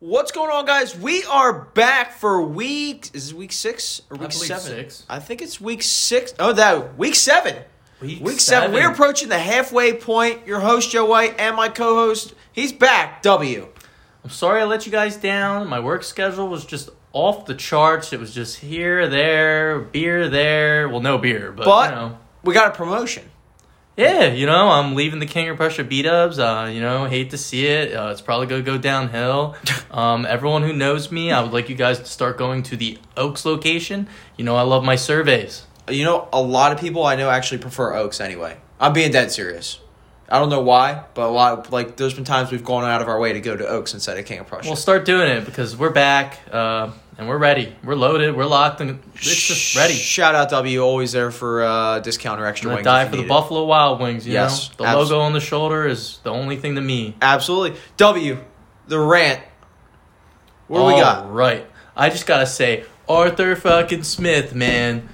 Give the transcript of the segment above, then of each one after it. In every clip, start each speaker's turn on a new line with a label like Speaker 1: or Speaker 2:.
Speaker 1: What's going on, guys? We are back for week. Is it week six or week
Speaker 2: believe
Speaker 1: seven?
Speaker 2: six.
Speaker 1: I think it's week six. Oh, that week seven.
Speaker 2: Week
Speaker 1: seven.
Speaker 2: seven.
Speaker 1: We're approaching the halfway point. Your host Joe White and my co-host. He's back. W.
Speaker 2: I'm sorry I let you guys down. My work schedule was just off the charts. It was just here, there, beer, there. Well, no beer, but,
Speaker 1: But
Speaker 2: you know.
Speaker 1: we got a promotion.
Speaker 2: Yeah, you know, I'm leaving the King of Prussia beat ups. Uh, you know, hate to see it. Uh, it's probably going to go downhill. Um, everyone who knows me, I would like you guys to start going to the Oaks location. You know, I love my surveys.
Speaker 1: You know, a lot of people I know actually prefer Oaks anyway. I'm being dead serious. I don't know why, but a lot like there's been times we've gone out of our way to go to Oaks instead of King of Prussia.
Speaker 2: We'll start doing it because we're back uh, and we're ready. We're loaded. We're locked. And it's just ready.
Speaker 1: Shout out W, always there for uh, discount or extra
Speaker 2: I'm gonna
Speaker 1: wings.
Speaker 2: die
Speaker 1: if
Speaker 2: for
Speaker 1: you
Speaker 2: the
Speaker 1: need it.
Speaker 2: Buffalo Wild Wings. You
Speaker 1: Yes,
Speaker 2: know, the
Speaker 1: abs-
Speaker 2: logo on the shoulder is the only thing to me.
Speaker 1: Absolutely. W, the rant. What
Speaker 2: Oh.
Speaker 1: do we got?
Speaker 2: Right. I just gotta say, Arthur fucking Smith, man.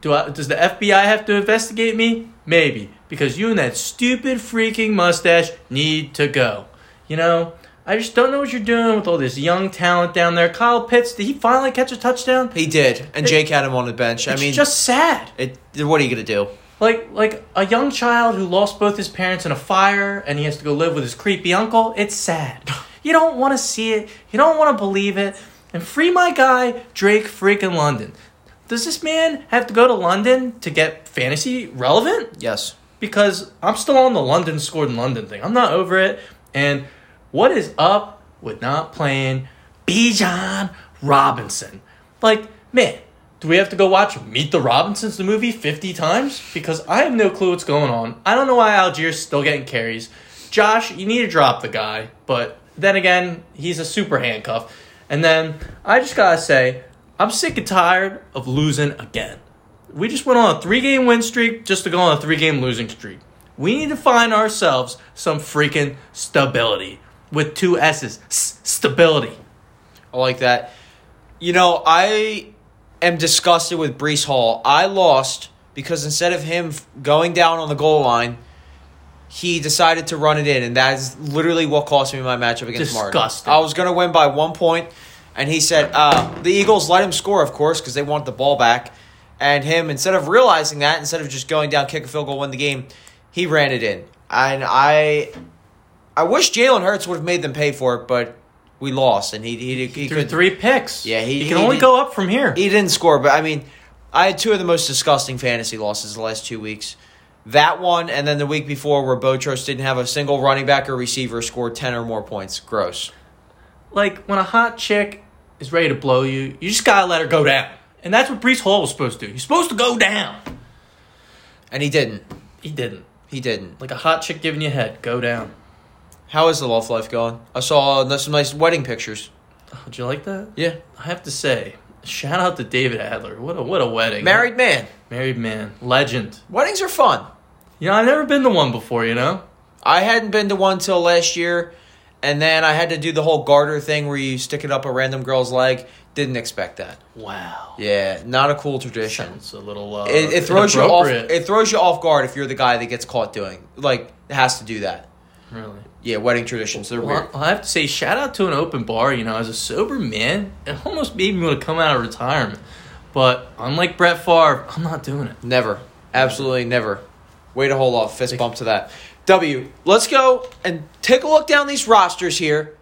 Speaker 2: Do I? Does the FBI have to investigate me? Maybe because you and that stupid freaking mustache need to go. You know. I just don't know what you're doing with all this young talent down there. Kyle Pitts, did he finally catch a touchdown?
Speaker 1: He did, and Jake had him on the bench. I
Speaker 2: It's
Speaker 1: mean,
Speaker 2: just sad.
Speaker 1: it, what are you gonna do?
Speaker 2: Like like a young child who lost both his parents in a fire and he has to go live with his creepy uncle. It's sad. You don't want to see it. You don't want to believe it. And free my guy Drake freaking London. Does this man have to go to London to get fantasy relevant?
Speaker 1: Yes.
Speaker 2: Because I'm still on the London scored in London thing. I'm not over it. And what is up with not playing Bijan Robinson? Like, man, do we have to go watch Meet the Robinsons, the movie, 50 times? Because I have no clue what's going on. I don't know why Algiers still getting carries. Josh, you need to drop the guy. But then again, he's a super handcuff. And then I just got to say, I'm sick and tired of losing again. We just went on a three game win streak just to go on a three game losing streak. We need to find ourselves some freaking stability with two S's. S- stability.
Speaker 1: I like that. You know, I am disgusted with Brees Hall. I lost because instead of him f- going down on the goal line, he decided to run it in, and that is literally what cost me my matchup against
Speaker 2: Disgusting.
Speaker 1: Martin. I was going to win by one point, and he said uh, the Eagles let him score, of course, because they want the ball back. And him, instead of realizing that, instead of just going down, kick a field goal, win the game, he ran it in. And I, I wish Jalen Hurts would have made them pay for it, but we lost, and he he, he,
Speaker 2: Through
Speaker 1: could
Speaker 2: three picks.
Speaker 1: Yeah, he-
Speaker 2: he can
Speaker 1: he
Speaker 2: only
Speaker 1: did-
Speaker 2: go up from here.
Speaker 1: he didn't score, but I mean, I had two of the most disgusting fantasy losses the last two weeks. That one, and then the week before, where Botros didn't have a single running back or receiver score ten or more points. Gross.
Speaker 2: like when a hot chick is ready to blow you, you just gotta let her go down. And that's what Brees Hall was supposed to do. He's supposed to go down.
Speaker 1: And he didn't.
Speaker 2: He didn't.
Speaker 1: He didn't.
Speaker 2: Like a hot chick giving you head, go down.
Speaker 1: How is the love life going? I saw uh, some nice wedding pictures.
Speaker 2: Would Oh, you like that?
Speaker 1: Yeah,
Speaker 2: I have to say, shout out to David Adler. What a what a wedding.
Speaker 1: married man.
Speaker 2: married man, legend.
Speaker 1: Weddings are fun.
Speaker 2: You know, I've never been to one before. You know,
Speaker 1: I hadn't been to one till last year, and then I had to do the whole garter thing where you stick it up a random girl's leg. Didn't expect that.
Speaker 2: wow.
Speaker 1: Yeah, not a cool tradition.
Speaker 2: Sounds a little. Uh,
Speaker 1: it, it throws you off.
Speaker 2: inappropriate,
Speaker 1: It throws you off guard if you're the guy that gets caught doing like has to do that.
Speaker 2: really.
Speaker 1: Yeah, wedding traditions they're
Speaker 2: Well,
Speaker 1: weird.
Speaker 2: I have to say, shout out to an open bar. You know, as a sober man, it almost made me want to come out of retirement. But unlike Brett Favre, I'm not doing it.
Speaker 1: Never, absolutely never. Way to hold off. Fist bump to that. W. Let's go and take a look down these rosters here.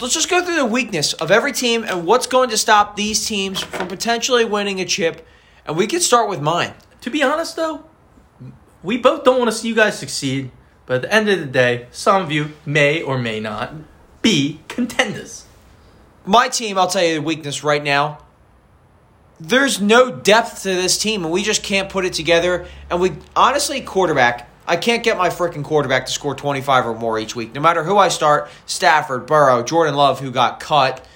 Speaker 1: Let's just go through the weakness of every team and what's going to stop these teams from potentially winning a chip. And we could start with mine.
Speaker 2: To be honest, though, we both don't want to see you guys succeed. But at the end of the day, some of you may or may not be contenders.
Speaker 1: my team, I'll tell you the weakness right now. There's no depth to this team, and we just can't put it together. And we honestly, quarterback, I can't get my freaking quarterback to score 25 or more each week, no matter who I start. Stafford, Burrow, Jordan Love, who got cut.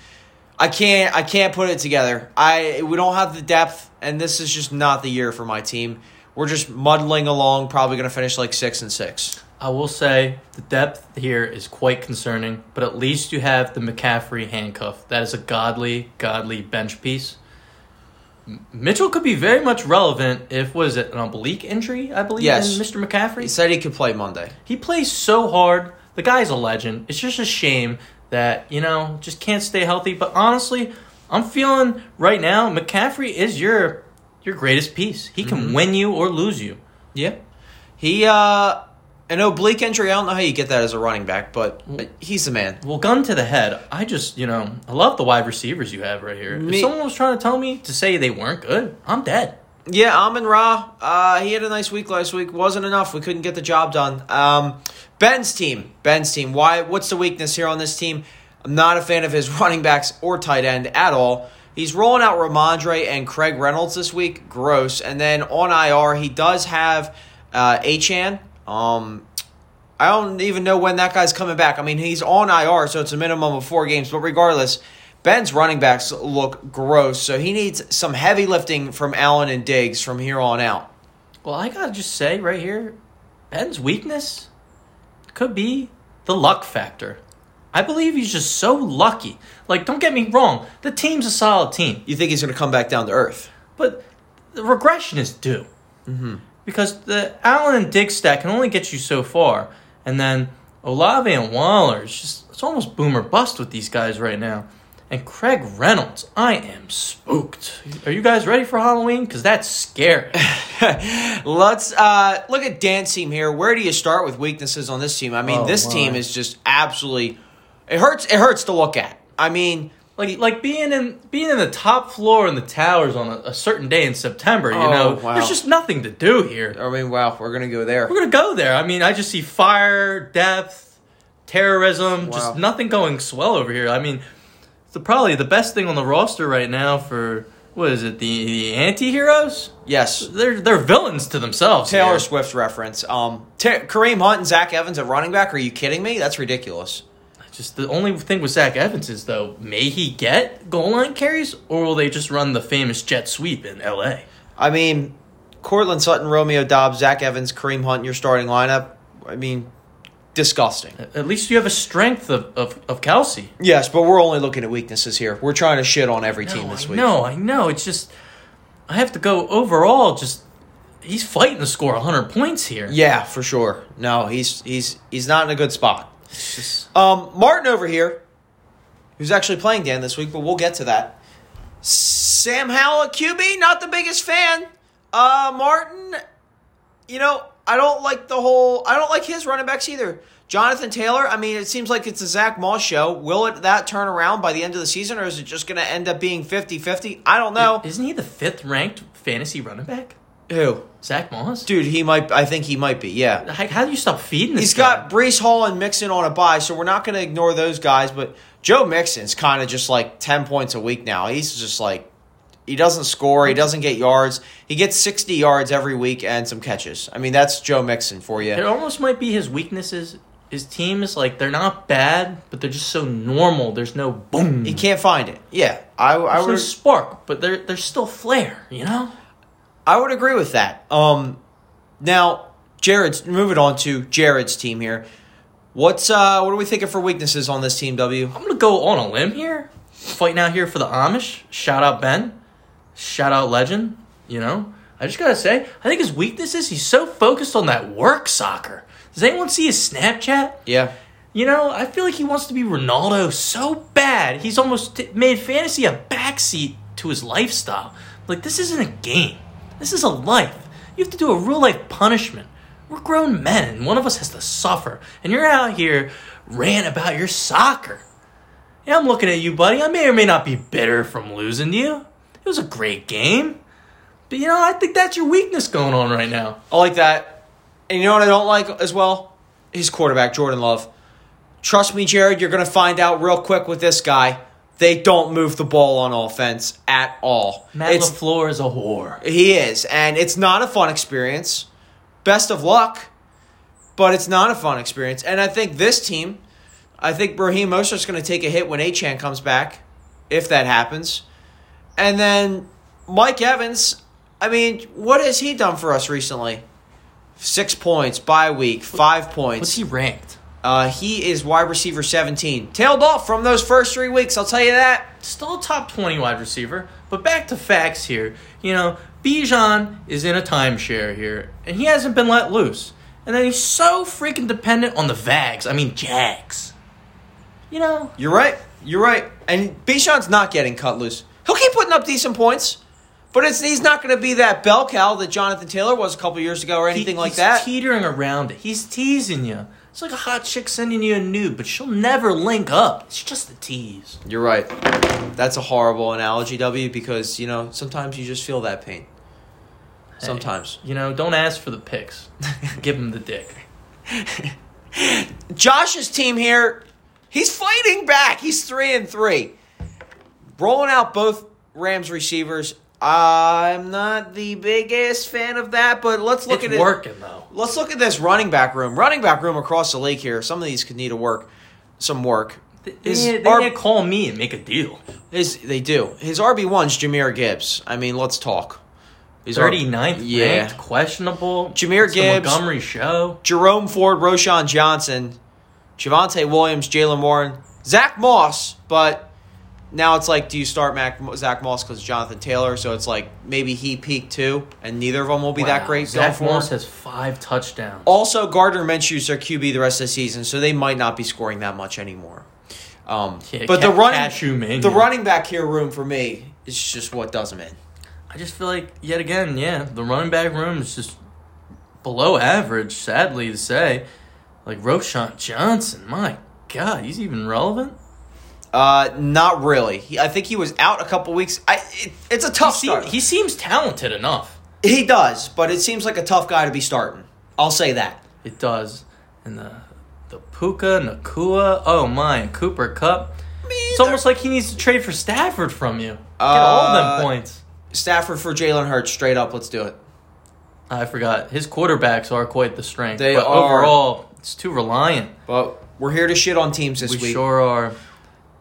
Speaker 1: I can't. I can't put it together. I we don't have the depth, and this is just not the year for my team. We're just muddling along. Probably going to finish like six and six.
Speaker 2: I will say the depth here is quite concerning, but at least you have the McCaffrey handcuff. That is a godly, godly bench piece. M- Mitchell could be very much relevant if was it an oblique injury, I believe,
Speaker 1: Yes.
Speaker 2: in Mr.
Speaker 1: He
Speaker 2: McCaffrey.
Speaker 1: said he could play Monday.
Speaker 2: He plays so hard. The guy's a legend. It's just a shame that, you know, just can't stay healthy. But honestly, I'm feeling right now McCaffrey is your your greatest piece. He can win you or lose you.
Speaker 1: Yeah. He, uh, an oblique injury. I don't know how you get that as a running back, but he's the man.
Speaker 2: Well, gun to the head, I just, you know, I love the wide receivers you have right here.
Speaker 1: Me-
Speaker 2: if someone was trying to tell me to say they weren't good, I'm dead.
Speaker 1: Yeah, Amon Ra, uh, he had a nice week last week. Wasn't enough. We couldn't get the job done. Um, Ben's team. Ben's team. Why? What's the weakness here on this team? I'm not a fan of his running backs or tight end at all. He's rolling out Ramondre and Craig Reynolds this week. Gross. And then on IR, he does have uh, Achan. Um, I don't even know when that guy's coming back. I mean, he's on IR, so it's a minimum of four games. But regardless, Ben's running backs look gross, so he needs some heavy lifting from Allen and Diggs from here on out.
Speaker 2: Well, I gotta just say right here, Ben's weakness could be the luck factor. I believe he's just so lucky. Like, don't get me wrong, the team's a solid team,
Speaker 1: You think he's going to come back down to earth?
Speaker 2: but the regression is due. Mm-hmm. Because the Allen and Diggs stack can only get you so far, and then Olave and Waller is just it's almost boom or bust with these guys right now. And Craig Reynolds, I am spooked. Are you guys ready for Halloween? Because that's scary.
Speaker 1: Let's uh, look at Dan's team here. Where do you start with weaknesses on this team? I mean,
Speaker 2: Oh,
Speaker 1: this
Speaker 2: my.
Speaker 1: team is just absolutely it hurts. It hurts to look at. I mean,
Speaker 2: like like being in being in the top floor in the towers on a, a certain day in September. You
Speaker 1: Oh,
Speaker 2: know,
Speaker 1: wow.
Speaker 2: there's just nothing to do here.
Speaker 1: I mean, wow, we're going to go there.
Speaker 2: We're gonna go there. I mean, I just see fire, depth, terrorism, just
Speaker 1: Wow.
Speaker 2: nothing going swell over here. I mean, the probably the best thing on the roster right now for what is it the the anti heroes?
Speaker 1: Yes,
Speaker 2: They're they're villains to themselves.
Speaker 1: Taylor
Speaker 2: here.
Speaker 1: Swift reference. Um, Ta Kareem Hunt and Zach Evans at running back. Are you kidding me? That's ridiculous.
Speaker 2: Just the only thing with Zach Evans is though, may he get goal line carries, or will they just run the famous jet sweep in L.A.
Speaker 1: I mean, Cortland Sutton, Romeo Dobbs, Zach Evans, Kareem Hunt, your starting lineup. I mean, disgusting.
Speaker 2: At least you have a strength of, of, of Kelsey.
Speaker 1: Yes, but we're only looking at weaknesses here. We're trying to shit on every team this
Speaker 2: I
Speaker 1: week.
Speaker 2: know, I know. It's just I have to go overall. Just he's fighting to score hundred points here.
Speaker 1: Yeah, for sure. No, he's he's he's not in a good spot.
Speaker 2: It's just-
Speaker 1: Um, Martin over here, who's actually playing Dan this week, but we'll get to that. Sam Howell at QB, not the biggest fan. Uh, Martin, you know, I don't like the whole. I don't like his running backs either. Jonathan Taylor, I mean, it seems like it's a Zach Moss show. Will it that turn around by the end of the season, or is it just going to end up being 50 50? I don't know.
Speaker 2: isn't he the fifth ranked fantasy running back?
Speaker 1: Who?
Speaker 2: Zach Moss.
Speaker 1: Dude, he might. I think he might be, yeah.
Speaker 2: Heck, how do you stop feeding this?
Speaker 1: He's
Speaker 2: guy?
Speaker 1: got Brees Hall and Mixon on a bye, so we're not going to ignore those guys. But Joe Mixon's kind of just like 10 points a week now. He's just like, he doesn't score, he doesn't get yards. He gets 60 yards every week and some catches. I mean, that's Joe Mixon for
Speaker 2: It
Speaker 1: you.
Speaker 2: almost might be his weaknesses. His team is like they're not bad, but they're just so normal. There's no boom.
Speaker 1: He can't find it. Yeah, I, I
Speaker 2: There's no
Speaker 1: would
Speaker 2: spark, but there there's still flair. You know.
Speaker 1: I would agree with that. Um, now Jared's moving on to Jared's team here. What's uh, what are we thinking for weaknesses on this team? W.
Speaker 2: I'm gonna go on a limb here, fighting out here for the Amish. Shout out Ben, shout out Legend. You know, I just gotta say, I think his weakness is he's so focused on that work soccer. Does anyone see his Snapchat?
Speaker 1: Yeah,
Speaker 2: You know, I feel like he wants to be Ronaldo so bad. He's almost t- made fantasy a backseat to his lifestyle. Like this isn't a game. This is a life. You have to do a real life punishment. We're grown men, and one of us has to suffer. And you're out here ranting about your soccer. Yeah, I'm looking at you, buddy. I may or may not be bitter from losing to you. It was a great game. But you know, I think that's your weakness going on right now.
Speaker 1: I like that. And you know what I don't like as well? His quarterback, Jordan Love. Trust me, Jared, you're going to find out real quick with this guy. They don't move the ball on offense at all.
Speaker 2: Matt
Speaker 1: It's-
Speaker 2: LaFleur is a whore.
Speaker 1: he is, and it's not a fun experience. Best of luck, but it's not a fun experience. And I think this team, I think Raheem Mostert's going to take a hit when Achan comes back, if that happens. And then Mike Evans, I mean, what has he done for us recently? Six points bye week, five
Speaker 2: What's
Speaker 1: points.
Speaker 2: he ranked?
Speaker 1: Uh, he is wide receiver seventeen, tailed off from those first three weeks. I'll tell you that.
Speaker 2: still a top 20 wide receiver, but back to facts here. You know, Bijan is in a timeshare here, and he hasn't been let loose. And then he's so freaking dependent on the Vags. I mean, Jags. you know,
Speaker 1: You're right. You're right. And Bichon's not getting cut loose. He'll keep putting up decent points, but it's he's not going to be that bell cow that Jonathan Taylor was a couple years ago or
Speaker 2: he-
Speaker 1: anything like
Speaker 2: he's
Speaker 1: that.
Speaker 2: teetering around it. He's teasing you. It's like a hot chick sending you a nude, but she'll never link up. It's just a tease.
Speaker 1: You're right. That's a horrible analogy, W, because you know sometimes you just feel that pain.
Speaker 2: Hey,
Speaker 1: Sometimes.
Speaker 2: you know, don't ask for the pics. Give him the dick.
Speaker 1: Josh's team here, he's fighting back. He's three and three, rolling out both Rams receivers. I'm not the biggest fan of that, but let's look
Speaker 2: it's
Speaker 1: at it.
Speaker 2: working though.
Speaker 1: Let's look at this running back room. Running back room across the lake here. Some of these could need a work, some work.
Speaker 2: They,
Speaker 1: Is
Speaker 2: they,
Speaker 1: our-
Speaker 2: need to call me and make a deal.
Speaker 1: His they do. His RB one's Jameer Gibbs. I mean, let's talk. He's
Speaker 2: 39th
Speaker 1: yeah.
Speaker 2: ranked, questionable.
Speaker 1: Jameer
Speaker 2: It's the
Speaker 1: Gibbs.
Speaker 2: Montgomery Show.
Speaker 1: Jerome Ford, Roshan Johnson, Javante Williams, Jalen Warren, Zach Moss. But now it's like, do you start Mac, Zach Moss because Jonathan Taylor? So it's like maybe he peaked too, and neither of them will be that
Speaker 2: Wow.
Speaker 1: great. Oh.
Speaker 2: Zach
Speaker 1: going forward.
Speaker 2: Moss has five touchdowns.
Speaker 1: Also, Gardner Minshew's their QB the rest of the season, so they might not be scoring that much anymore. Um,
Speaker 2: Yeah,
Speaker 1: but
Speaker 2: ca-
Speaker 1: the
Speaker 2: cashew
Speaker 1: running
Speaker 2: mania.
Speaker 1: the running back here room for me is just what does him in.
Speaker 2: I just feel like yet again, yeah, the running back room is just below average. Sadly to say, like Roshan Johnson, my God, he's even relevant.
Speaker 1: Uh, not really. He, I think he was out a couple weeks. I it, it's a tough
Speaker 2: Seem-
Speaker 1: start.
Speaker 2: he seems talented enough.
Speaker 1: he does, but it seems like a tough guy to be starting. I'll say that.
Speaker 2: It does, and the the Puka Nakua, oh my, and Cooper Cup. It's almost like he needs to trade for Stafford from you. Get all
Speaker 1: Uh,
Speaker 2: them points.
Speaker 1: Stafford for Jalen Hurts, straight up. Let's do it.
Speaker 2: I forgot his quarterbacks are quite the strength.
Speaker 1: They
Speaker 2: but
Speaker 1: are.
Speaker 2: overall, it's too reliant.
Speaker 1: But we're here to shit on teams this
Speaker 2: We
Speaker 1: week.
Speaker 2: sure are.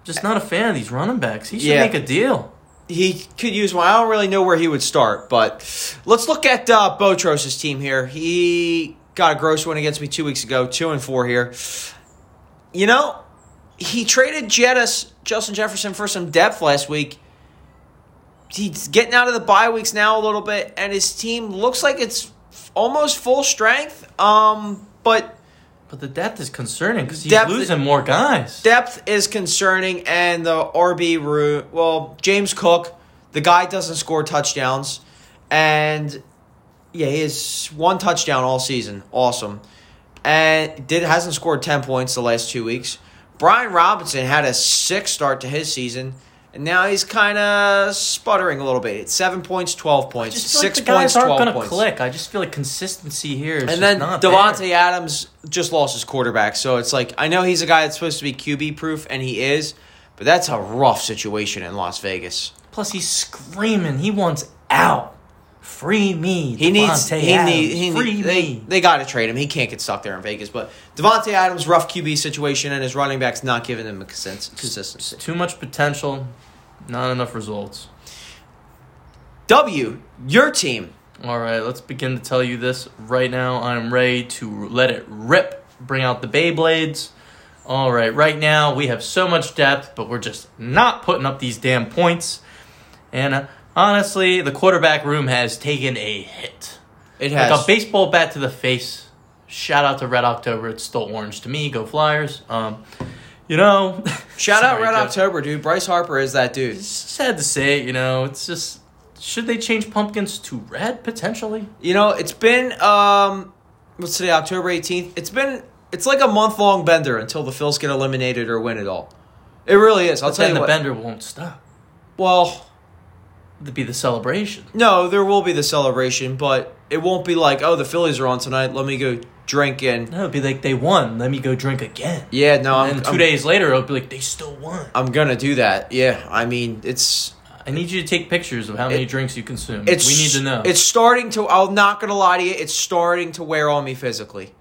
Speaker 2: Just not a fan of these running backs. He should
Speaker 1: Yeah.
Speaker 2: make a deal.
Speaker 1: he could use one. I don't really know where he would start, but let's look at uh, Botros's team here. He got a gross win against me two weeks ago, two and four here. You know, he traded Jettis, Justin Jefferson, for some depth last week. He's getting out of the bye weeks now a little bit, and his team looks like it's almost full strength. Um, but
Speaker 2: But the depth is concerning because he's
Speaker 1: Depth-
Speaker 2: losing more guys.
Speaker 1: depth is concerning, and the RB root. Well, James Cook, the guy doesn't score touchdowns, and yeah, he has one touchdown all season. Awesome, and did hasn't scored ten points the last two weeks. Brian Robinson had a sick start to his season. And now he's kind of sputtering a little bit. It's seven points, twelve points,
Speaker 2: just feel
Speaker 1: six
Speaker 2: like the guys
Speaker 1: points,
Speaker 2: aren't
Speaker 1: twelve
Speaker 2: gonna
Speaker 1: points.
Speaker 2: click. I just feel like consistency here is
Speaker 1: And
Speaker 2: just
Speaker 1: then
Speaker 2: not
Speaker 1: Devontae
Speaker 2: there.
Speaker 1: Adams just lost his quarterback. So it's like, I know he's a guy that's supposed to be QB proof, and he is, but that's a rough situation in Las Vegas.
Speaker 2: Plus, he's screaming. He wants out. Free me.
Speaker 1: He needs,
Speaker 2: Devontae
Speaker 1: he
Speaker 2: Adams.
Speaker 1: needs, he
Speaker 2: Free
Speaker 1: need, they,
Speaker 2: me.
Speaker 1: they got to trade him. He can't get stuck there in Vegas. But Devontae Adams, rough QB situation, and his running back's not giving him a consens- consistency.
Speaker 2: Too much potential, not enough results.
Speaker 1: W, your team.
Speaker 2: All right, let's begin to tell you this right now. I'm ready to let it rip. Bring out the Beyblades. All right, right now we have so much depth, but we're just not putting up these damn points. And uh, honestly, the quarterback room has taken a hit.
Speaker 1: It
Speaker 2: Like
Speaker 1: has.
Speaker 2: a baseball bat to the face. Shout out to Red October. It's still orange to me. Go Flyers. Um, you know,
Speaker 1: Shout out
Speaker 2: sorry,
Speaker 1: Red
Speaker 2: Jeff.
Speaker 1: October, dude. Bryce Harper is that dude.
Speaker 2: It's sad to say, it, you know, it's just should they change pumpkins to red potentially?
Speaker 1: You know, it's been um what's today, October eighteenth. It's been it's like a month long bender until the Phils get eliminated or win it all. It really is. I'll tell
Speaker 2: Then
Speaker 1: you
Speaker 2: the
Speaker 1: what.
Speaker 2: bender won't stop.
Speaker 1: well,
Speaker 2: It'd be the celebration.
Speaker 1: no, there will be the celebration, but it won't be like, oh, the Phillies are on tonight. Let me go drink and
Speaker 2: No, it'd be like they won. Let me go drink again.
Speaker 1: yeah. No, I'm
Speaker 2: and 2
Speaker 1: I'm-
Speaker 2: days later, it'll be like they still won.
Speaker 1: I'm gonna do that. Yeah, I mean, it's
Speaker 2: I need you to take pictures of how many
Speaker 1: It-
Speaker 2: drinks you consume.
Speaker 1: it's
Speaker 2: we need to know.
Speaker 1: It's starting to. I'm not gonna lie to you. It's starting to wear on me physically.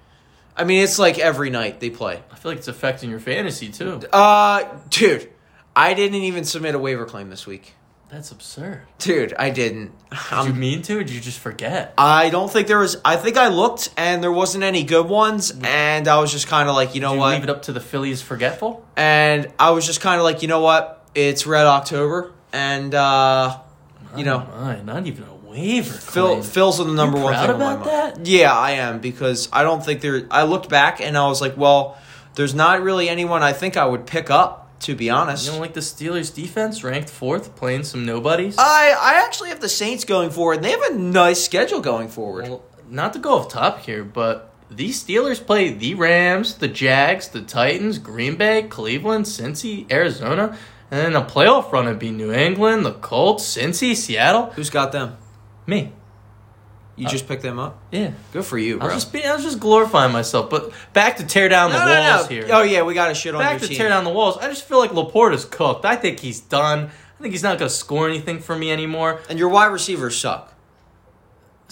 Speaker 1: I mean, it's like every night they play.
Speaker 2: I feel like it's affecting your fantasy too.
Speaker 1: Uh, dude, I didn't even submit a waiver claim this week.
Speaker 2: That's absurd.
Speaker 1: Dude, I didn't.
Speaker 2: Did you
Speaker 1: Um,
Speaker 2: mean to, or did you just forget?
Speaker 1: I don't think there was. I think I looked and there wasn't any good ones, and I was just kind of like, you know
Speaker 2: Did you leave it
Speaker 1: what?
Speaker 2: up to the Phillies forgetful?
Speaker 1: And I was just kind of like, you know what? It's Red October, and uh, you know,
Speaker 2: Oh my, not even a waiver.
Speaker 1: Phil
Speaker 2: claim.
Speaker 1: Phil's the number one
Speaker 2: proud
Speaker 1: thing on my
Speaker 2: about
Speaker 1: mind. Yeah, I am because I don't think there. I looked back and I was like, well, There's not really anyone I think I would pick up, to be honest.
Speaker 2: You don't like the Steelers defense, ranked fourth, playing some nobodies.
Speaker 1: I I actually have the Saints going forward. and They have a nice schedule going forward.
Speaker 2: Well, not to go off top here, but these Steelers play the Rams, the Jags, the Titans, Green Bay, Cleveland, Cincy, Arizona, and then the playoff run would be New England, the Colts, Cincy, Seattle.
Speaker 1: Who's got them?
Speaker 2: Me,
Speaker 1: You just picked them up.
Speaker 2: yeah.
Speaker 1: Good for you,
Speaker 2: I
Speaker 1: bro.
Speaker 2: was just being, I was just glorifying myself, but back to tear down
Speaker 1: no,
Speaker 2: the
Speaker 1: no,
Speaker 2: walls
Speaker 1: no.
Speaker 2: here.
Speaker 1: Oh yeah, we got to shit on
Speaker 2: back
Speaker 1: your
Speaker 2: to
Speaker 1: team.
Speaker 2: tear down the walls. I just feel like Laporta's cooked. I think he's done. I think he's not going to score anything for me anymore.
Speaker 1: and your wide receivers suck.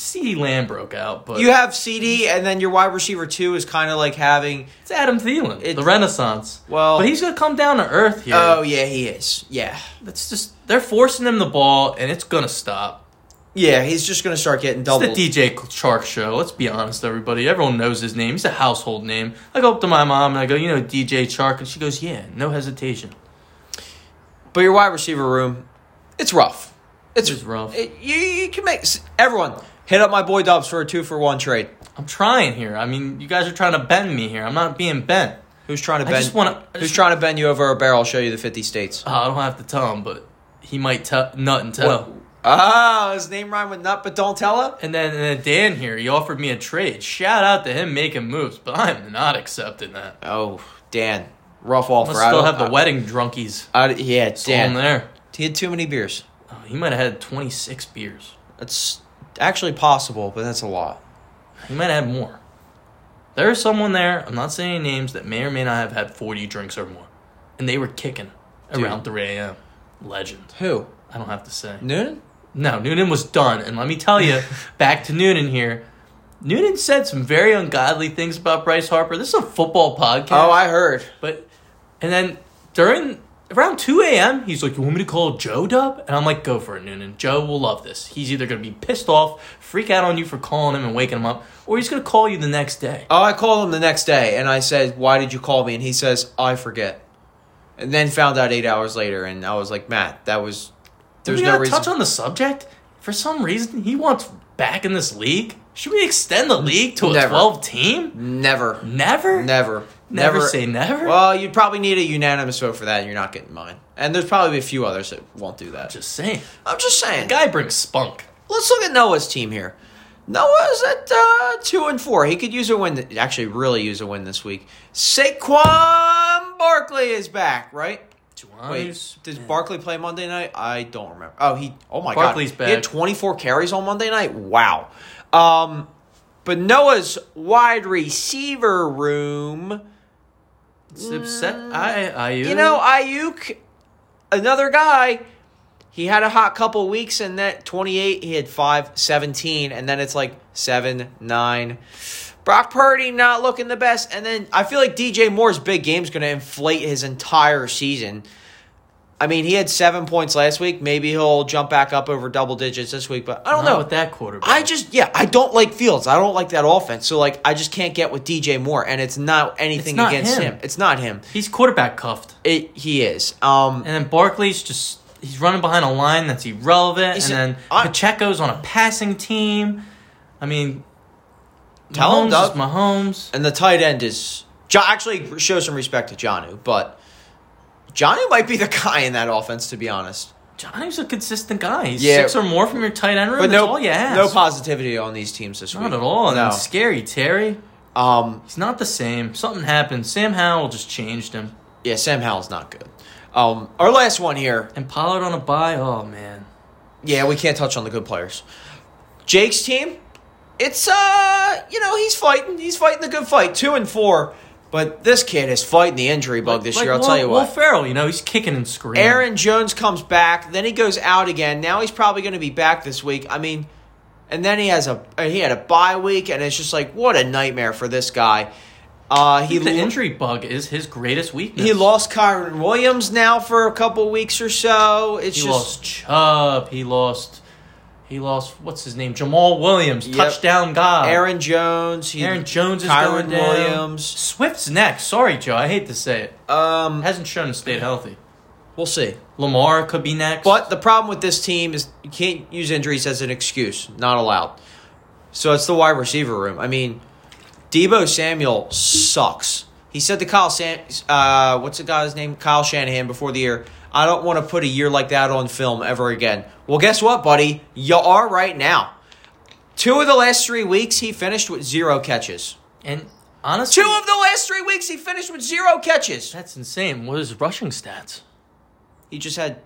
Speaker 2: CeeDee Lamb broke out, but
Speaker 1: You have CD, and then your wide receiver two is kind of like having.
Speaker 2: it's Adam Thielen,
Speaker 1: It's-
Speaker 2: the Renaissance.
Speaker 1: Well-
Speaker 2: but he's going to come down to earth here.
Speaker 1: Oh yeah, he is. Yeah,
Speaker 2: That's just they're forcing him the ball, and it's gonna stop.
Speaker 1: yeah. He's just gonna start getting doubled.
Speaker 2: It's the DJ Chark show. Let's be honest, everybody. Everyone knows his name. He's a household name. I go up to my mom and I go, you know, DJ Chark, and she goes, yeah, no hesitation.
Speaker 1: but your wide receiver room, it's rough. It's,
Speaker 2: It is rough.
Speaker 1: it- you, you can make everyone hit up my boy Dobbs for a two for one trade.
Speaker 2: I'm trying here. I mean, you guys are trying to bend me here. I'm not being bent.
Speaker 1: Who's trying to
Speaker 2: I
Speaker 1: bend?
Speaker 2: just wanna- I
Speaker 1: who's
Speaker 2: just-
Speaker 1: trying to bend you over a barrel? I'll show you the fifty states.
Speaker 2: Uh, I don't have to tell him, but he might tell nut and tell.
Speaker 1: Ah, his name rhymed with nut, but don't tell him.
Speaker 2: And then, and then Dan here, he offered me a trade. Shout out to him making moves, but I am not accepting that.
Speaker 1: Oh, Dan, rough offer.
Speaker 2: I
Speaker 1: I
Speaker 2: still
Speaker 1: don't-
Speaker 2: have the
Speaker 1: I-
Speaker 2: wedding drunkies
Speaker 1: I- yeah,
Speaker 2: on
Speaker 1: Uh, Dan.
Speaker 2: there.
Speaker 1: He had too many beers.
Speaker 2: Oh, he might have had 26 beers.
Speaker 1: That's actually possible, but that's a lot.
Speaker 2: He might have more. There is someone there, I'm not saying names, that may or may not have had 40 drinks or more. And they were kicking
Speaker 1: Dude.
Speaker 2: around 3 a.m. Legend.
Speaker 1: Who?
Speaker 2: I don't have to say.
Speaker 1: Noonan?
Speaker 2: No, Noonan was done. And let me tell you, back to Noonan here. Noonan said some very ungodly things about Bryce Harper. This is a football podcast.
Speaker 1: Oh, I heard.
Speaker 2: But and then during around two a.m., he's like, "You want me to call Joe Dub?" And I'm like, "Go for it, Noonan. Joe will love this. He's either gonna be pissed off, freak out on you for calling him and waking him up, or he's gonna call you the next day."
Speaker 1: Oh, I called him the next day and I said, Why did you call me? And he says, I forget. And then found out eight hours later and I was like, Matt, that was
Speaker 2: Did
Speaker 1: there's
Speaker 2: we
Speaker 1: no
Speaker 2: gotta
Speaker 1: reason.
Speaker 2: touch on the subject? For some reason, he wants back in this league. Should we extend the league to a
Speaker 1: Never.
Speaker 2: twelve team?
Speaker 1: never.
Speaker 2: Never,
Speaker 1: Never.
Speaker 2: never, say never.
Speaker 1: Well, you'd probably need a unanimous vote for that and you're not getting mine. And there's probably a few others that won't do that.
Speaker 2: Just saying,
Speaker 1: I'm just saying.
Speaker 2: guy brings spunk.
Speaker 1: Let's look at Noah's team here. Noah's at uh, two and four. He could use a win. th- Actually, really use a win this week. Saquon Barkley is back, right? Wait, does Barkley play Monday night? I don't remember. Oh, he. Oh my
Speaker 2: Barkley's
Speaker 1: God, he had
Speaker 2: back.
Speaker 1: 24 carries on Monday night. Wow. Um, but Noah's wide receiver room.
Speaker 2: It's upset. I, I,
Speaker 1: You know, Ayuk, another guy. He had a hot couple weeks, and that 28, he had 5, 17, and then it's like 7, 9. Brock Purdy not looking the best, and then I feel like DJ Moore's big game is going to inflate his entire season. I mean, he had seven points last week. Maybe he'll jump back up over double digits this week, but I don't
Speaker 2: not
Speaker 1: know.
Speaker 2: with that quarterback.
Speaker 1: I just, yeah, I don't like Fields. I don't like that offense. So, like, I just can't get with DJ Moore, and it's not anything
Speaker 2: not
Speaker 1: against
Speaker 2: him.
Speaker 1: him. It's not him.
Speaker 2: He's quarterback cuffed.
Speaker 1: It, he is. Um,
Speaker 2: And then Barkley's just he's running behind a line that's irrelevant.
Speaker 1: He's-
Speaker 2: and then
Speaker 1: I-
Speaker 2: Pacheco's on a passing team. I mean,
Speaker 1: Tell him,
Speaker 2: Mahomes is
Speaker 1: Doug.
Speaker 2: Mahomes.
Speaker 1: and the tight end is jo- actually show some respect to Janu, but Janu might be the guy in that offense to be honest.
Speaker 2: Johnny's a consistent guy. He's
Speaker 1: Yeah.
Speaker 2: six or more from your tight end room.
Speaker 1: But
Speaker 2: that's
Speaker 1: no,
Speaker 2: all you ask.
Speaker 1: no positivity on these teams this week.
Speaker 2: Not at all. And
Speaker 1: No.
Speaker 2: then scary Terry.
Speaker 1: Um,
Speaker 2: He's not the same. Something happened. Sam Howell just changed him.
Speaker 1: yeah, Sam Howell's not good. Um, our last one here.
Speaker 2: And Pollard on a bye. Oh man.
Speaker 1: Yeah, we can't touch on the good players. Jake's team, it's uh, you know, he's fighting. He's fighting the good fight, two and four. But this kid is fighting the injury bug this
Speaker 2: Like
Speaker 1: year. I'll
Speaker 2: Will,
Speaker 1: tell you what.
Speaker 2: Will Ferrell, you know, he's kicking and screaming.
Speaker 1: Aaron Jones comes back, then he goes out again. Now he's probably going to be back this week. I mean, and then he has a he had a bye week, and it's just like what a nightmare for this guy. Uh, he
Speaker 2: the
Speaker 1: lo-
Speaker 2: injury bug is his greatest weakness.
Speaker 1: he lost Kyron Williams now for a couple weeks or so. It's
Speaker 2: He
Speaker 1: just
Speaker 2: lost Chubb. He lost. He lost. What's his name? Jamal Williams,
Speaker 1: Yep.
Speaker 2: touchdown guy.
Speaker 1: Aaron Jones. He,
Speaker 2: Aaron Jones is
Speaker 1: Kyron
Speaker 2: going down.
Speaker 1: Williams.
Speaker 2: Swift's next. Sorry, Joe. I hate to say it.
Speaker 1: Um,
Speaker 2: Hasn't shown stayed healthy.
Speaker 1: we'll see.
Speaker 2: Lamar could be next.
Speaker 1: But the problem with this team is you can't use injuries as an excuse. Not allowed. So it's the wide receiver room. I mean, Debo Samuel sucks. He said to Kyle San, uh, what's the guy's name? Kyle Shanahan before the year. I don't want to put a year like that on film ever again. Well, guess what, buddy? You are right now. Two of the last three weeks, he finished with zero catches.
Speaker 2: And honestly,
Speaker 1: Two of the last three weeks, he finished with zero catches.
Speaker 2: that's insane. What is rushing stats?
Speaker 1: He just had,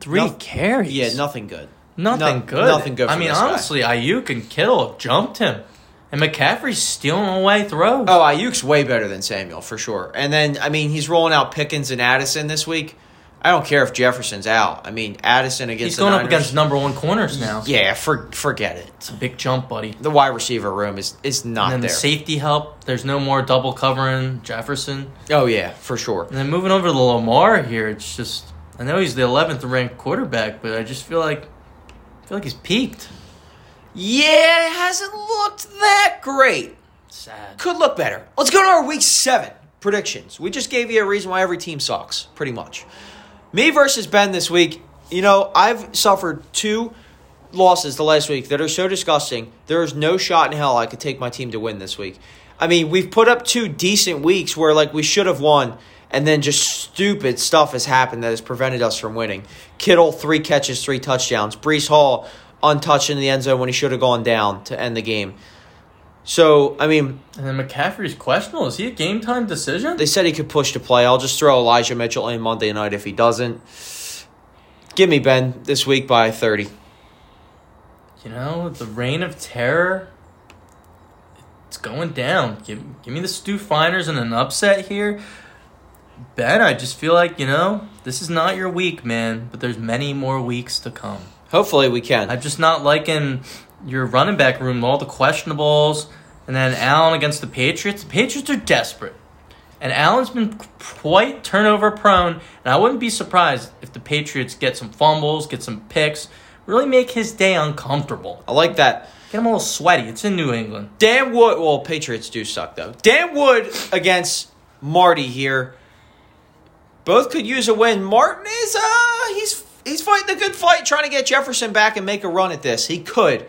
Speaker 2: Three
Speaker 1: No-
Speaker 2: carries.
Speaker 1: yeah, nothing good.
Speaker 2: Nothing
Speaker 1: No-
Speaker 2: good.
Speaker 1: Nothing good.
Speaker 2: I
Speaker 1: from
Speaker 2: mean,
Speaker 1: this guy.
Speaker 2: honestly, Ayuk and Kittle have jumped him, and McCaffrey's stealing away throws.
Speaker 1: Oh, Ayuk's way better than Samuel for sure. And then I mean he's rolling out Pickens and Addison this week. I don't care if Jefferson's out. I mean Addison against
Speaker 2: He's
Speaker 1: the
Speaker 2: going up
Speaker 1: Niners-
Speaker 2: against number one corners now.
Speaker 1: yeah. For, forget it.
Speaker 2: It's a big jump, buddy.
Speaker 1: The wide receiver room is is not
Speaker 2: And then
Speaker 1: there.
Speaker 2: the safety help. There's no more double covering Jefferson.
Speaker 1: oh yeah, for sure.
Speaker 2: And then moving over to Lamar here, it's just I know he's the 11th ranked quarterback, but I just feel like I feel like he's peaked.
Speaker 1: Yeah, it hasn't looked that great.
Speaker 2: Sad.
Speaker 1: Could look better. Let's go to our week seven predictions. We just gave you a reason why every team sucks, pretty much. Me versus Ben this week. You know, I've suffered two losses the last week that are so disgusting. There is no shot in hell I could take my team to win this week. I mean, we've put up two decent weeks where like we should have won, and then just stupid stuff has happened that has prevented us from winning. Kittle three catches, three touchdowns. Brees Hall untouched in the end zone when he should have gone down to end the game. So I mean,
Speaker 2: And then McCaffrey's questionable. Is he a game time decision?
Speaker 1: they said he could push to play. I'll just throw Elijah Mitchell in Monday night if he doesn't. Give me Ben this week by 30.
Speaker 2: you know, the reign of terror. It's going down. Give give me the Stu Finers and an upset here. Ben, I just feel like, you know, this is not your week, man, but there's many more weeks to come.
Speaker 1: Hopefully we can.
Speaker 2: I'm just not liking your running back room, all the questionables, and then Allen against the Patriots. The Patriots are desperate. And Allen's been quite turnover prone, and I wouldn't be surprised if the Patriots get some fumbles, get some picks, really make his day uncomfortable.
Speaker 1: I like that.
Speaker 2: Get him a little sweaty. It's in New England.
Speaker 1: Dan Wood. Well, Patriots do suck though. Dan Wood against Marty here. Both could use a win. Martin is uh he's he's fighting a good fight, trying to get Jefferson back and make a run at this. He could.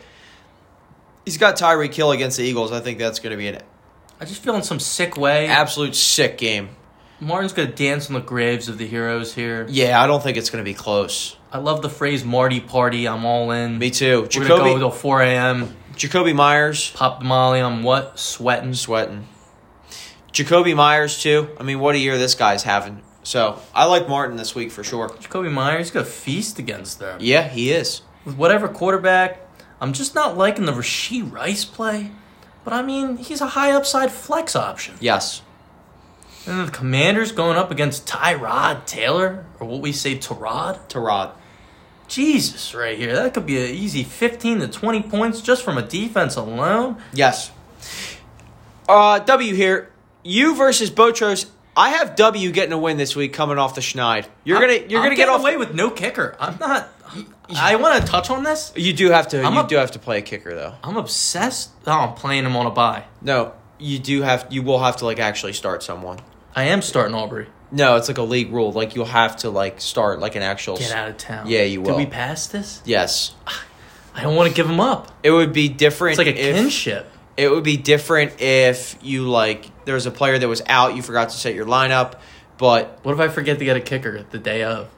Speaker 1: He's got Tyree Kill against the Eagles. I think that's going to be an
Speaker 2: I just feel in some sick way.
Speaker 1: absolute sick game.
Speaker 2: Martin's gonna dance on the graves of the heroes here.
Speaker 1: Yeah, I don't think it's going to be close.
Speaker 2: I love the phrase "Marty party." I'm all in.
Speaker 1: Me too.
Speaker 2: We're gonna go
Speaker 1: Jacoby
Speaker 2: till 4 a.m.
Speaker 1: Jacoby Myers
Speaker 2: Pop the Molly. I'm what sweating.
Speaker 1: sweating. Jacoby Myers too. I mean, what a year this guy's having. So I like Martin this week for sure.
Speaker 2: Jacoby Myers gonna feast against them.
Speaker 1: Yeah, he is.
Speaker 2: With whatever quarterback, I'm just not liking the Rasheed Rice play. But I mean, he's a high upside flex option.
Speaker 1: Yes.
Speaker 2: And then the Commanders going up against Tyrod Taylor, or what we say Tyrod.
Speaker 1: Tarod.
Speaker 2: Jesus, right here. That could be an easy 15 to 20 points just from a defense alone.
Speaker 1: Yes. Uh, w here. You versus Botros. I have W getting a win this week coming off the Schneid. You're gonna you're
Speaker 2: I'm
Speaker 1: gonna get
Speaker 2: getting
Speaker 1: off
Speaker 2: away with no kicker. I'm not. I want to touch on this.
Speaker 1: You do have to
Speaker 2: I'm
Speaker 1: you
Speaker 2: up-
Speaker 1: do have to play a kicker though.
Speaker 2: I'm obsessed. Oh, I'm playing him on a bye.
Speaker 1: No, you do have you will have to like actually start someone.
Speaker 2: I am starting Aubrey.
Speaker 1: No, it's like a league rule. Like you'll have to like start like an actual
Speaker 2: Get out of town.
Speaker 1: Yeah, you will.
Speaker 2: Did we pass this?
Speaker 1: Yes.
Speaker 2: I don't want to give him up.
Speaker 1: It would be different.
Speaker 2: It's like a
Speaker 1: if,
Speaker 2: kinship.
Speaker 1: It would be different if you like there was a player that was out, you forgot to set your lineup, but
Speaker 2: What if I forget to get a kicker the day of?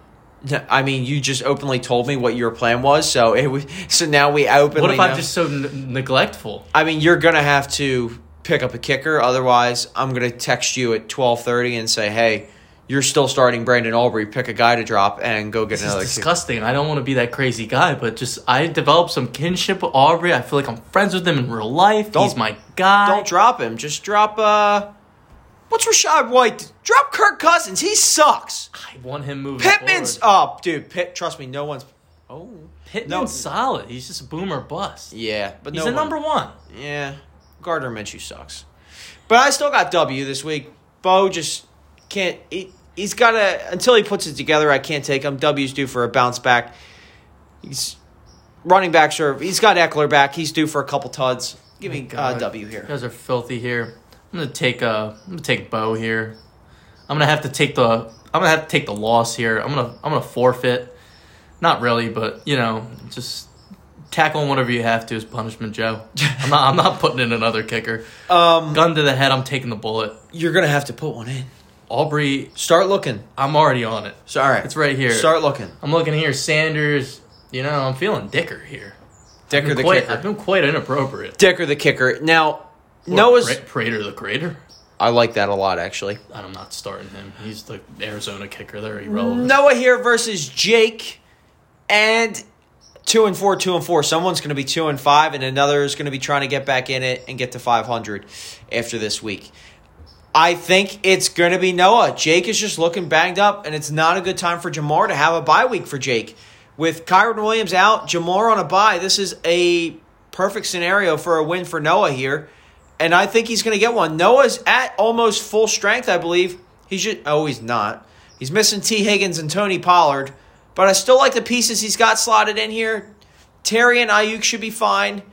Speaker 1: I mean, you just openly told me what your plan was, so it was. So now we openly.
Speaker 2: What if I'm
Speaker 1: know-
Speaker 2: just so n- neglectful?
Speaker 1: I mean, you're gonna have to pick up a kicker. Otherwise, I'm gonna text you at twelve thirty and say, "Hey, you're still starting Brandon Aubrey. Pick a guy to drop and go get
Speaker 2: This
Speaker 1: another
Speaker 2: is
Speaker 1: kicker."
Speaker 2: disgusting. I don't want to be that crazy guy, but just I developed some kinship with Aubrey. I feel like I'm friends with him in real life.
Speaker 1: Don't-
Speaker 2: He's my guy.
Speaker 1: Don't drop him. Just drop. uh What's Rashad White? Drop Kirk Cousins. He sucks.
Speaker 2: I want him moving.
Speaker 1: Pittman's
Speaker 2: forward.
Speaker 1: up, dude. Pitt, trust me, no one's. Oh,
Speaker 2: Pittman's
Speaker 1: No.
Speaker 2: solid. He's just boom or bust.
Speaker 1: yeah, but
Speaker 2: He's
Speaker 1: no
Speaker 2: a number
Speaker 1: One,
Speaker 2: one.
Speaker 1: yeah, Gardner Minshew sucks, but I still got W this week. Bo just can't. He, he's got to until he puts it together. I can't take him. W's due for a bounce back. He's running back serve. He's got Eckler back. He's due for a couple tuds. Give me uh,
Speaker 2: God,
Speaker 1: W here.
Speaker 2: You guys are filthy here. I'm gonna take uh, I'm gonna take Bo here. I'm gonna have to take the I'm gonna have to take the loss here. I'm gonna I'm gonna forfeit. Not really, but you know, just Tackle him whatever you have to is punishment, Joe. I'm not. I'm not putting in another kicker. Um, Gun to the head. I'm taking the bullet.
Speaker 1: You're gonna have to put one in.
Speaker 2: Aubrey.
Speaker 1: Start looking.
Speaker 2: I'm already on it.
Speaker 1: So, all right,
Speaker 2: It's right here.
Speaker 1: Start looking.
Speaker 2: I'm looking here. Sanders. You know, I'm feeling Dicker here.
Speaker 1: Decker
Speaker 2: I've
Speaker 1: the
Speaker 2: been quite,
Speaker 1: kicker.
Speaker 2: I've been quite inappropriate.
Speaker 1: Decker the kicker. Now
Speaker 2: Or
Speaker 1: Noah's.
Speaker 2: Pra- Prater the Greater.
Speaker 1: I like that a lot actually.
Speaker 2: I'm not starting him. He's the Arizona kicker. They're irrelevant.
Speaker 1: Noah here versus Jake, and two and four, two and four. Someone's going to be two and five, and another is going to be trying to get back in it and get to five hundred after this week. I think it's going to be Noah. Jake is just looking banged up, and it's not a good time for Jamar to have a bye week for Jake. With Kyron Williams out, Jamar on a bye, this is a perfect scenario for a win for Noah here. And I think he's going to get one. Noah's at almost full strength, I believe. He should. Oh, he's not. He's missing T. Higgins and Tony Pollard. But I still like the pieces he's got slotted in here. Terry and Ayuk should be fine.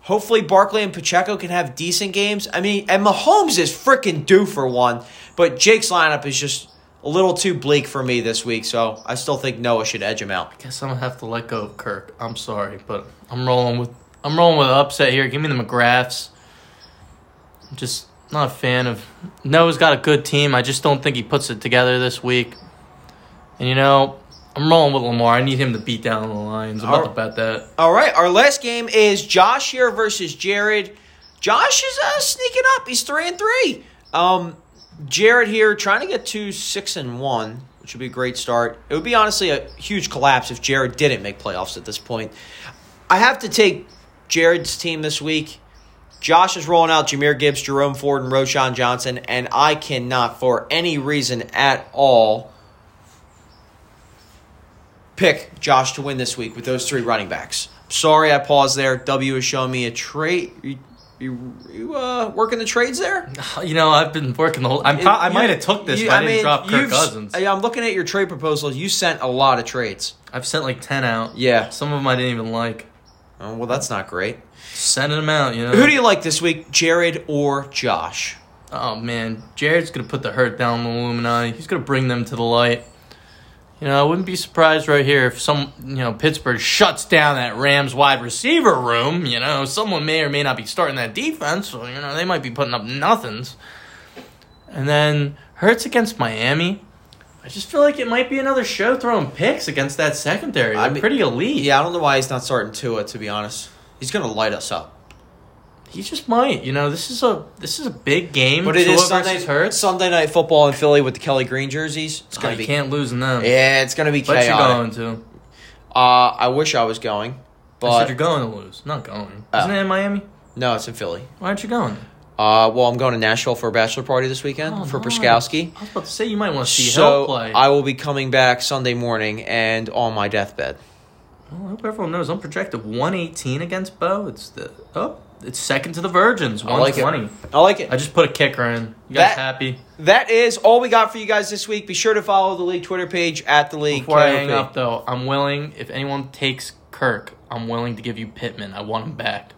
Speaker 1: Hopefully, Barkley and Pacheco can have decent games. I mean, and Mahomes is freaking due for one, but Jake's lineup is just a little too bleak for me this week, so I still think Noah should edge him out.
Speaker 2: I guess I'm gonna have to let go of Kirk. I'm sorry, but I'm rolling with I'm rolling with upset here. Give me the McGraths. I'm just not a fan of Noah's got a good team. I just don't think he puts it together this week. And you know, I'm rolling with Lamar. I need him to beat down the Lions. I'm about to bet that.
Speaker 1: All right, our last game is Josh here versus Jared. Josh is uh, sneaking up. He's three and three. Um, Jared here trying to get to six and one, which would be a great start. It would be honestly a huge collapse if Jared didn't make playoffs at this point. I have to take Jared's team this week. Josh is rolling out Jameer Gibbs, Jerome Ford, and Roshan Johnson, and I cannot, for any reason at all, pick Josh to win this week with those three running backs. Sorry, I paused there. W is showing me a trade. You, you, you uh, working the trades there?
Speaker 2: You know, I've been working the whole. I'm pro- I
Speaker 1: You-
Speaker 2: might have took this,
Speaker 1: you-
Speaker 2: but I, didn't drop Kirk
Speaker 1: you've-
Speaker 2: Cousins. I,
Speaker 1: I'm looking at your trade proposals. You sent a lot of trades.
Speaker 2: have sent like ten out.
Speaker 1: Yeah.
Speaker 2: some of them I didn't even like.
Speaker 1: Oh, well, that's not great.
Speaker 2: Uh-huh. Sending them out, you know.
Speaker 1: Who do you like this week, Jared or Josh?
Speaker 2: Oh man, Jared's gonna put the hurt down on the Illuminati. He's gonna bring them to the light. You know, I wouldn't be surprised right here if some you know Pittsburgh shuts down that Rams wide receiver room. You know, someone may or may not be starting that defense, so you know they might be putting up nothings. And then Hurts against Miami. I just feel like it might be another show throwing picks against that secondary. They're
Speaker 1: I mean-
Speaker 2: pretty elite.
Speaker 1: Yeah, I don't know why he's not starting Tua. To be honest, he's going to light us up.
Speaker 2: He just might. You know, this is a this is a big game.
Speaker 1: But it
Speaker 2: Hmm, Tua
Speaker 1: is Sunday,
Speaker 2: versus Hurts.
Speaker 1: Sunday night football in Philly with the Kelly Green jerseys. It's
Speaker 2: Oh,
Speaker 1: going
Speaker 2: you
Speaker 1: to be.
Speaker 2: can't lose in them.
Speaker 1: Yeah, it's going to be
Speaker 2: but
Speaker 1: chaotic.
Speaker 2: you're going to.
Speaker 1: Uh, I wish I was going,
Speaker 2: I said
Speaker 1: but
Speaker 2: you're going to lose, not going.
Speaker 1: Oh.
Speaker 2: Isn't it in Miami?
Speaker 1: no, it's in Philly.
Speaker 2: Why aren't you going?
Speaker 1: Uh, well, I'm going to Nashville for a bachelor party this weekend
Speaker 2: Oh,
Speaker 1: for
Speaker 2: nice.
Speaker 1: Proskowski.
Speaker 2: I was about to say you might want to see
Speaker 1: So
Speaker 2: him play.
Speaker 1: I will be coming back Sunday morning and on my deathbed.
Speaker 2: Well, I hope everyone knows I'm projected 118 against Bo. It's the oh, it's second to the Virgins,
Speaker 1: I like
Speaker 2: 120. I,
Speaker 1: it. I like it.
Speaker 2: just put a kicker in. You
Speaker 1: That-
Speaker 2: guys happy?
Speaker 1: That is all we got for you guys this week. Be sure to follow the league Twitter page at the league.
Speaker 2: Before I hang
Speaker 1: KOP.
Speaker 2: up though, I'm willing. If anyone takes Kirk, I'm willing to give you Pittman. I want him back.